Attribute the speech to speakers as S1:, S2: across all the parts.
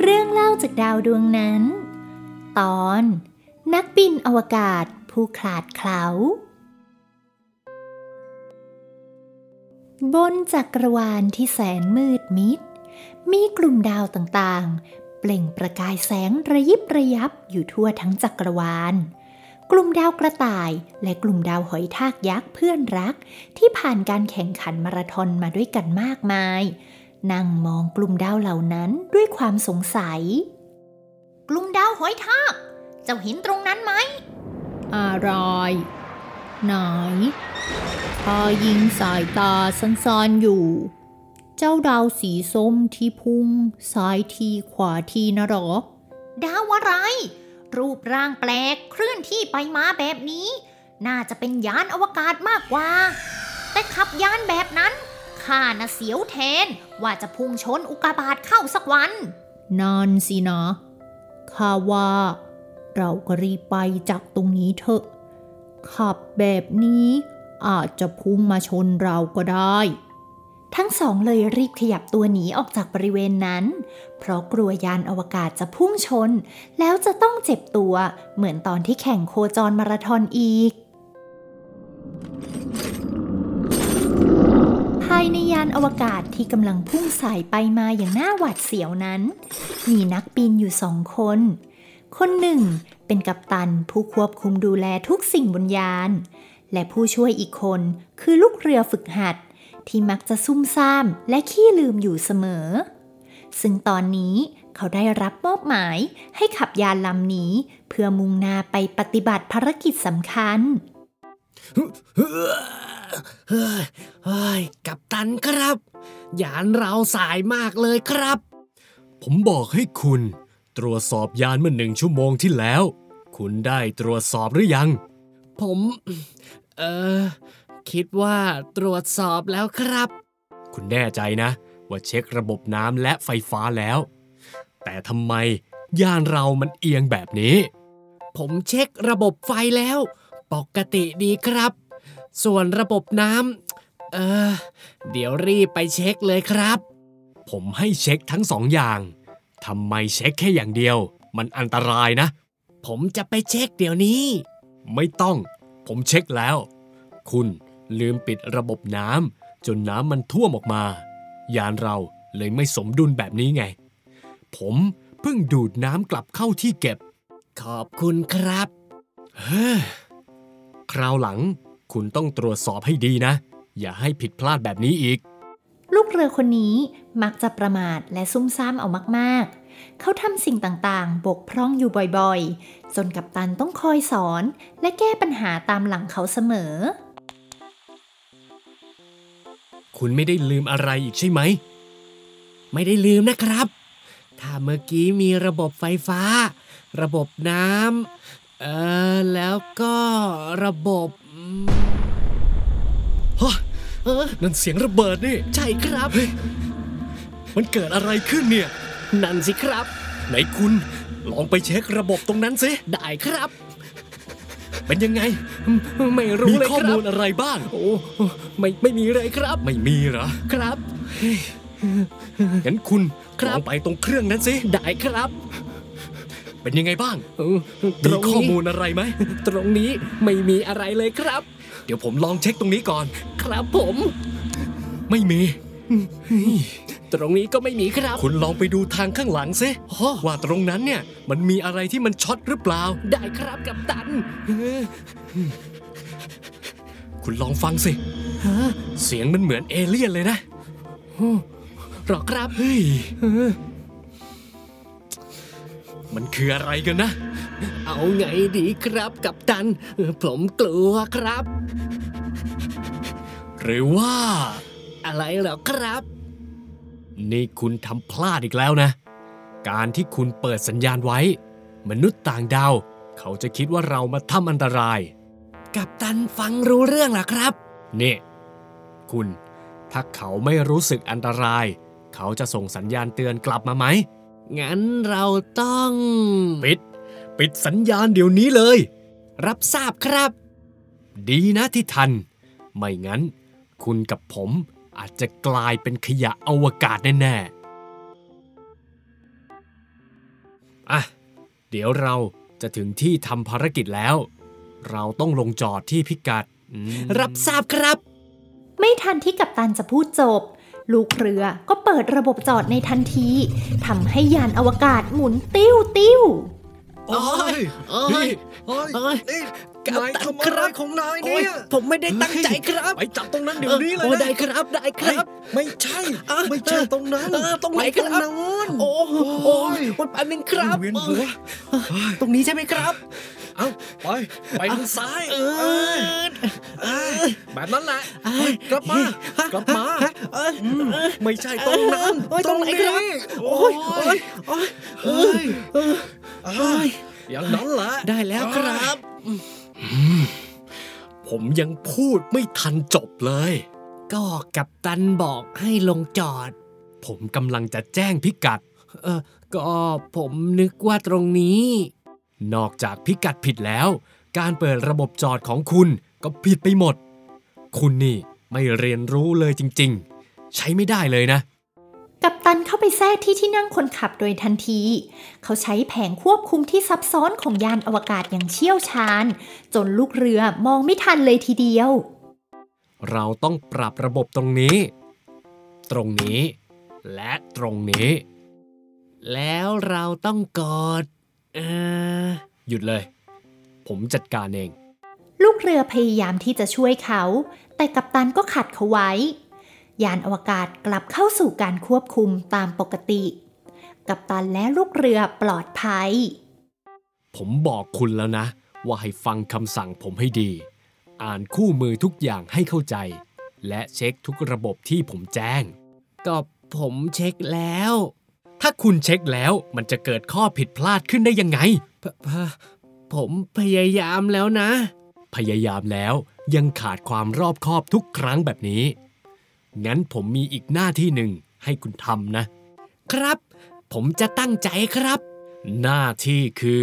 S1: เรื่องเล่าจากดาวดวงนั้น ตอน นักบินอวกาศผู้ขลาดเคลาบนจักรวาลที่แสนมืดมิด มีกลุ่มดาวต่างๆ เปล่งประกายแสงระยิบระยับอยู่ทั่วทั้งจักรวาล กลุ่มดาวกระต่ายและกลุ่มดาวหอยทากยักษ์เพื่อนรัก ที่ผ่านการแข่งขันมาราธอนมาด้วยกันมากมาย นั่งมองกลุ่มดาวเหล่านั้นด้วยความสงสัย กลุ่มดาวหอยทาก เจ้าเห็นตรงนั้นไหม
S2: อะไรไหนพอยิงสายตาสั้นๆอยู่ เจ้าดาวสีส้มที่พุ่งซ้ายทีขวาทีนะหรอ
S1: ดาวอะไร รูปร่างแปลกเคลื่อนที่ไปมาแบบนี้ น่าจะเป็นยานอวกาศมากกว่า แต่ขับยานแบบนั้นข้าน่ะเสียวแทนว่าจะพุ่งชนอุกกาบาตเข้าสักวัน
S2: นานสินะข้าว่า เราก็รีบไปจากตรงนี้เถอะ ขับแบบนี้อาจจะพุ่งมาชนเราก็ได้
S1: ทั้งสองเลยรีบขยับตัวหนีออกจากบริเวณนั้น เพราะกลัวยานอวกาศจะพุ่งชน แล้วจะต้องเจ็บตัวเหมือนตอนที่แข่งโคจรมาราธอนอีก ภายในยานอวกาศที่กำลังพุ่งสายไปมาอย่างน่าหวาดเสียวนั้น มีนักบินอยู่สองคน คนหนึ่งเป็นกัปตันผู้ควบคุมดูแลทุกสิ่งบนยาน และผู้ช่วยอีกคนคือลูกเรือฝึกหัด ที่มักจะซุ่มซ่ามและขี้ลืมอยู่เสมอ ซึ่งตอนนี้เขาได้รับมอบหมายให้ขับยานลำนี้ เพื่อมุ่งหน้าไปปฏิบัติภารกิจสำคัญ
S3: เฮ้ยเฮ้ยเฮ้ยกัปตันครับ ยานเราสายมากเลยครับ
S4: ผมบอกให้คุณ ตรวจสอบยานเมื่อหนึ่งชั่วโมงที่แล้ว คุณได้ตรวจสอบหรือยัง
S3: ผม เออคิดว่าตรวจสอบแล้วครับ
S4: คุณแน่ใจนะ ว่าเช็คระบบน้ำและไฟฟ้าแล้ว แต่ทำไมยานเรามันเอียงแบบนี้
S3: ผมเช็คระบบไฟแล้ว ปกติดีครับ ส่วนระบบน้ำเออเดี๋ยวรีบไปเช็คเลยครับ
S4: ผมให้เช็คทั้งสองอย่างทำไมเช็คแค่อย่างเดียว มันอันตรายนะ
S3: ผมจะไปเช็คเดี๋ยวนี้
S4: ไม่ต้อง ผมเช็คแล้ว คุณลืมปิดระบบน้ำจนน้ำมันท่วมออกมา ยานเราเลยไม่สมดุลแบบนี้ไง ผมเพิ่งดูดน้ำกลับเข้าที่เก็บ
S3: ขอบคุณครับ
S4: เฮ้อคราวหลังคุณต้องตรวจสอบให้ดีนะ อย่าให้ผิดพลาดแบบนี้อีก
S1: ลูกเรือคนนี้มักจะประมาทและซุ่มซ่ามเอามากๆ เขาทำสิ่งต่างๆ บกพร่องอยู่บ่อยๆ จนกัปตันต้องคอยสอน และแก้ปัญหาตามหลังเขาเสมอ
S4: คุณไม่ได้ลืมอะไรอีกใช่ไหม
S3: ไม่ได้ลืมนะครับ ถ้าเมื่อกี้มีระบบไฟฟ้า ระบบน้ำเออแล้วก็ระบบอืมฮะเออ
S4: นั่นเสียงระเบิดนี่
S3: ใช่ครับ
S4: มันเกิดอะไรขึ้นเนี่ย
S3: นั่นสิครับ
S4: ไหนคุณลองไปเช็คระบบตรงนั้นสิ
S3: ได้ครับ
S4: เป็นยังไง
S3: ไม่
S4: มี
S3: รู้เลย
S4: ข้อ
S3: ครั
S4: มู
S3: บ
S4: ลอะไรบ้าง
S3: โอ้ไม่ไม่มีเลยครับ
S4: ไม่มีเหรอ
S3: ครับ
S4: งั้นคุณ
S3: ครับ
S4: ลองไปตรงเครื่องนั้นสิ
S3: ได้ครับ
S4: เป็นยังไงบ้าง
S3: เออต
S4: มี
S3: รง
S4: ข้อ
S3: นี้
S4: มูลอะไรไหม
S3: ตรงนี้ไม่มีอะไรเลยครับ
S4: เดี๋ยวผมลองเช็คตรงนี้ก่อน
S3: ครับผม
S4: ไม่มี
S3: ตรงนี้ก็ไม่มีครับ
S4: คุณลองไปดูทางข้างหลังสิว่าตรงนั้นเนี่ย มันมีอะไรที่มันช็อตหรือเปล่า
S3: ได้ครับกับตัน
S4: คุณลองฟังสิ เสียงมันเหมือนเอเลี่ยนเลยนะ
S3: หรอครับ
S4: เฮ้ย มันคืออะไรกันนะ
S3: เอาไงดีครับกับตัน ผมกลัวครับ
S4: หรือว่า
S3: อะไรเหรอครับ
S4: นี่คุณทำพลาดอีกแล้วนะ การที่คุณเปิดสัญญาณไว้ มนุษย์ต่างดาว เขาจะคิดว่าเรามาทำอันตราย
S3: กับตันฟังรู้เรื่องเหรอครับ
S4: นี่ คุณ ถ้าเขาไม่รู้สึกอันตราย เขาจะส่งสัญญาณเตือนกลับมาไหม
S3: งั้นเราต้อง
S4: ปิด ปิดสัญญาณเดี๋ยวนี้เลย
S3: รับทราบครับ
S4: ดีนะที่ทัน ไม่งั้น คุณกับผมอาจจะกลายเป็นขยะอวกาศแน่ ๆ อ่ะ เดี๋ยวเราจะถึงที่ทำภารกิจแล้ว เราต้องลงจอดที่พิกัดอืม
S3: รับทราบครับ
S1: ไม่ทันที่กัปตันจะพูดจบ ลูกเรือก็เปิดระบบจอดในทันทีทำให้ยานอวกาศหมุนติ้วติ้ว
S3: โอ้ยโอ้ย
S5: เฮ้ย
S3: เอ้ย
S5: เอ้ย
S3: กัปตัน
S5: นายทำ
S3: ค
S5: อะ
S3: รั
S5: ไร
S3: บ
S5: ของนาย
S3: โอ้
S5: เนี่ย ย
S3: ผมไม่ได้ตั้งใจครับ
S5: ไปจับตรงนั้นเดี๋ยวนี้เลย
S3: โอ้
S5: นะ
S3: ได้ครับ ได้ค
S5: เฮ้ย
S3: รับ
S5: ไม่ใช่
S3: เออ
S5: ไม่ใช่ตรงนั้น
S3: เออตรงไหนครับ
S5: ปตรงนั้น
S3: โอ้โหโอ้ยวันอันหนึ่งครับ
S5: เวียนหัว
S3: ตรงนี้ใช่ไหมครับ
S5: เอ้าไปไปทางซ้าย
S3: เอ
S5: เออ
S3: อ
S5: เออแบบนั้นแหละเฮ้ยกลับมากลับมา
S3: เออ
S5: อืมไม่ใช่ตรงนั้น
S3: เอ้ยตรงไหนครับ
S5: โอ้ยโอ้ย
S3: โอ้ย
S5: เอ้ยเอ้ยอย่างนั้นแหละ
S3: ได้แล้วครับ
S4: ผมยังพูดไม่ทันจบเลย
S3: ก็กับตันบอกให้ลงจอด
S4: ผมกำลังจะแจ้งพิกัด
S3: เออก็ผมนึกว่าตรงนี้
S4: นอกจากพิกัดผิดแล้ว การเปิดระบบจอดของคุณก็ผิดไปหมด คุณนี่ไม่เรียนรู้เลยจริง ๆ ใช้ไม่ได้เลยนะ
S1: กัปตันเข้าไปแทรกที่ที่นั่งคนขับโดยทันที เขาใช้แผงควบคุมที่ซับซ้อนของยานอวกาศอย่างเชี่ยวชาญ จนลูกเรือมองไม่ทันเลยทีเดียว
S4: เราต้องปรับระบบตรงนี้ ตรงนี้ และตรงนี้
S3: แล้วเราต้องกอดเออ
S4: หยุดเลย ผมจัดการเอง
S1: ลูกเรือพยายามที่จะช่วยเขา แต่กัปตันก็ขัดเขาไว้ ยานอวกาศกลับเข้าสู่การควบคุมตามปกติ กัปตันและลูกเรือปลอดภัย
S4: ผมบอกคุณแล้วนะ ว่าให้ฟังคำสั่งผมให้ดี อ่านคู่มือทุกอย่างให้เข้าใจ และเช็คทุกระบบที่ผมแจ้ง
S3: ก็ผมเช็คแล้ว
S4: ถ้าคุณเช็คแล้วมันจะเกิดข้อผิดพลาดขึ้นได้ยังไง
S3: พพผมพยายามแล้วนะ
S4: พยายามแล้วยังขาดความรอบคอบทุกครั้งแบบนี้ งั้นผมมีอีกหน้าที่หนึ่งให้คุณทำนะ
S3: ครับ ผมจะตั้งใจครับ
S4: หน้าที่คือ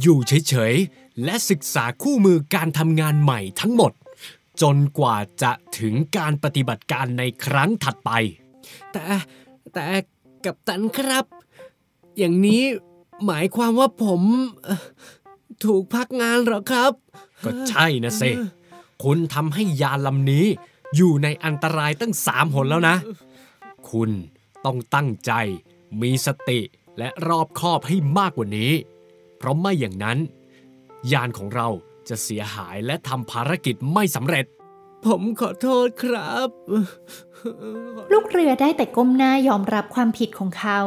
S4: อยู่เฉยๆ และศึกษาคู่มือการทำงานใหม่ทั้งหมด จนกว่าจะถึงการปฏิบัติการในครั้งถัดไป
S3: แต่แต่กับตันครับ อย่างนี้หมายความว่าผมเอ่อถูกพักงานเหรอครับ
S4: ก็ใช่นะสิคุณทำให้ยานลำนี้ อยู่ในอันตรายตั้งสามหนแล้วนะ คุณต้องตั้งใจ มีสติและรอบคอบให้มากกว่านี้ เพราะไม่อย่างนั้น ยานของเราจะเสียหายและทำภารกิจไม่สำเร็จ
S3: ผมขอโทษครับ
S1: ลูกเรือได้แต่ก้มหน้ายอมรับความผิดของเขา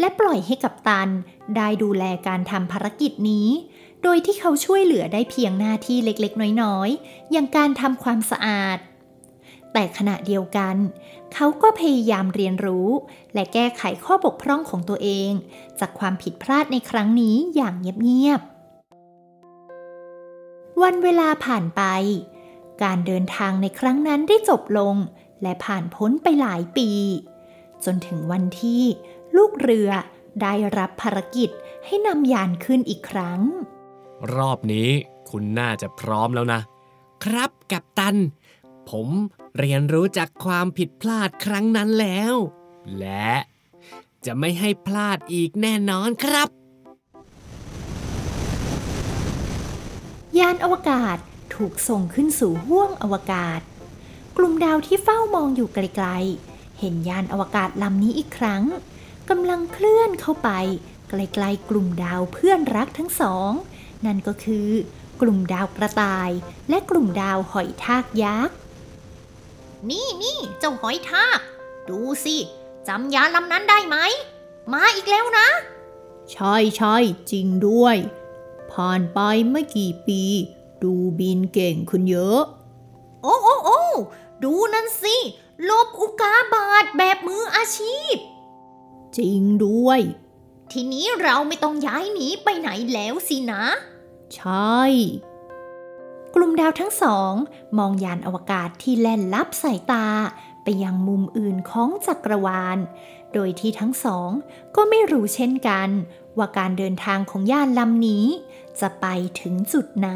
S1: และปล่อยให้กัปตัน ได้ดูแลการทำภารกิจนี้ โดยที่เขาช่วยเหลือได้เพียงหน้าที่เล็กๆ น้อยๆ อย่างการทำความสะอาด แต่ขณะเดียวกัน เขาก็พยายามเรียนรู้ และแก้ไขข้อบกพร่องของตัวเอง จากความผิดพลาดในครั้งนี้อย่างเงียบๆ วันเวลาผ่านไป การเดินทางในครั้งนั้นได้จบลง และผ่านพ้นไปหลายปี จนถึงวันที่ ลูกเรือได้รับภารกิจให้นำยานขึ้นอีกครั้ง
S4: รอบนี้คุณน่าจะพร้อมแล้วนะ
S3: ครับกับตัน ผมเรียนรู้จากความผิดพลาดครั้งนั้นแล้ว
S4: และ
S3: จะไม่ให้พลาดอีกแน่นอนครับ
S1: ยานอวกาศถูกส่งขึ้นสู่ห้วงอวกาศ กลุ่มดาวที่เฝ้ามองอยู่ไกลๆ เห็นยานอวกาศลำนี้อีกครั้งกำลังเคลื่อนเข้าไป ไกลๆ กลุ่มดาวเพื่อนรักทั้งสอง นั่นก็คือ กลุ่มดาวกระต่าย และกลุ่มดาวหอยทากยักษ์ นี่นี่เจ้าหอยทาก ดูสิจำยานลำนั้นได้ไหม มาอีกแล้วนะ
S2: ใช่ใช่จริงด้วย ผ่านไปไม่กี่ปี ดูบินเก่งขึ้นเยอะ
S1: โอ้โอ้โอ้ดูนั่นสิ ลบอุกาบาตแบบมืออาชีพ
S2: จริงด้วย
S1: ทีนี้เราไม่ต้องย้ายหนีไปไหนแล้วสินะ
S2: ใช่
S1: กลุ่มดาวทั้งสอง มองยานอวกาศที่แล่นลับสายตา ไปยังมุมอื่นของจักรวาล โดยที่ทั้งสองก็ไม่รู้เช่นกัน ว่าการเดินทางของยานลำนี้ จะไปถึงจุดไหน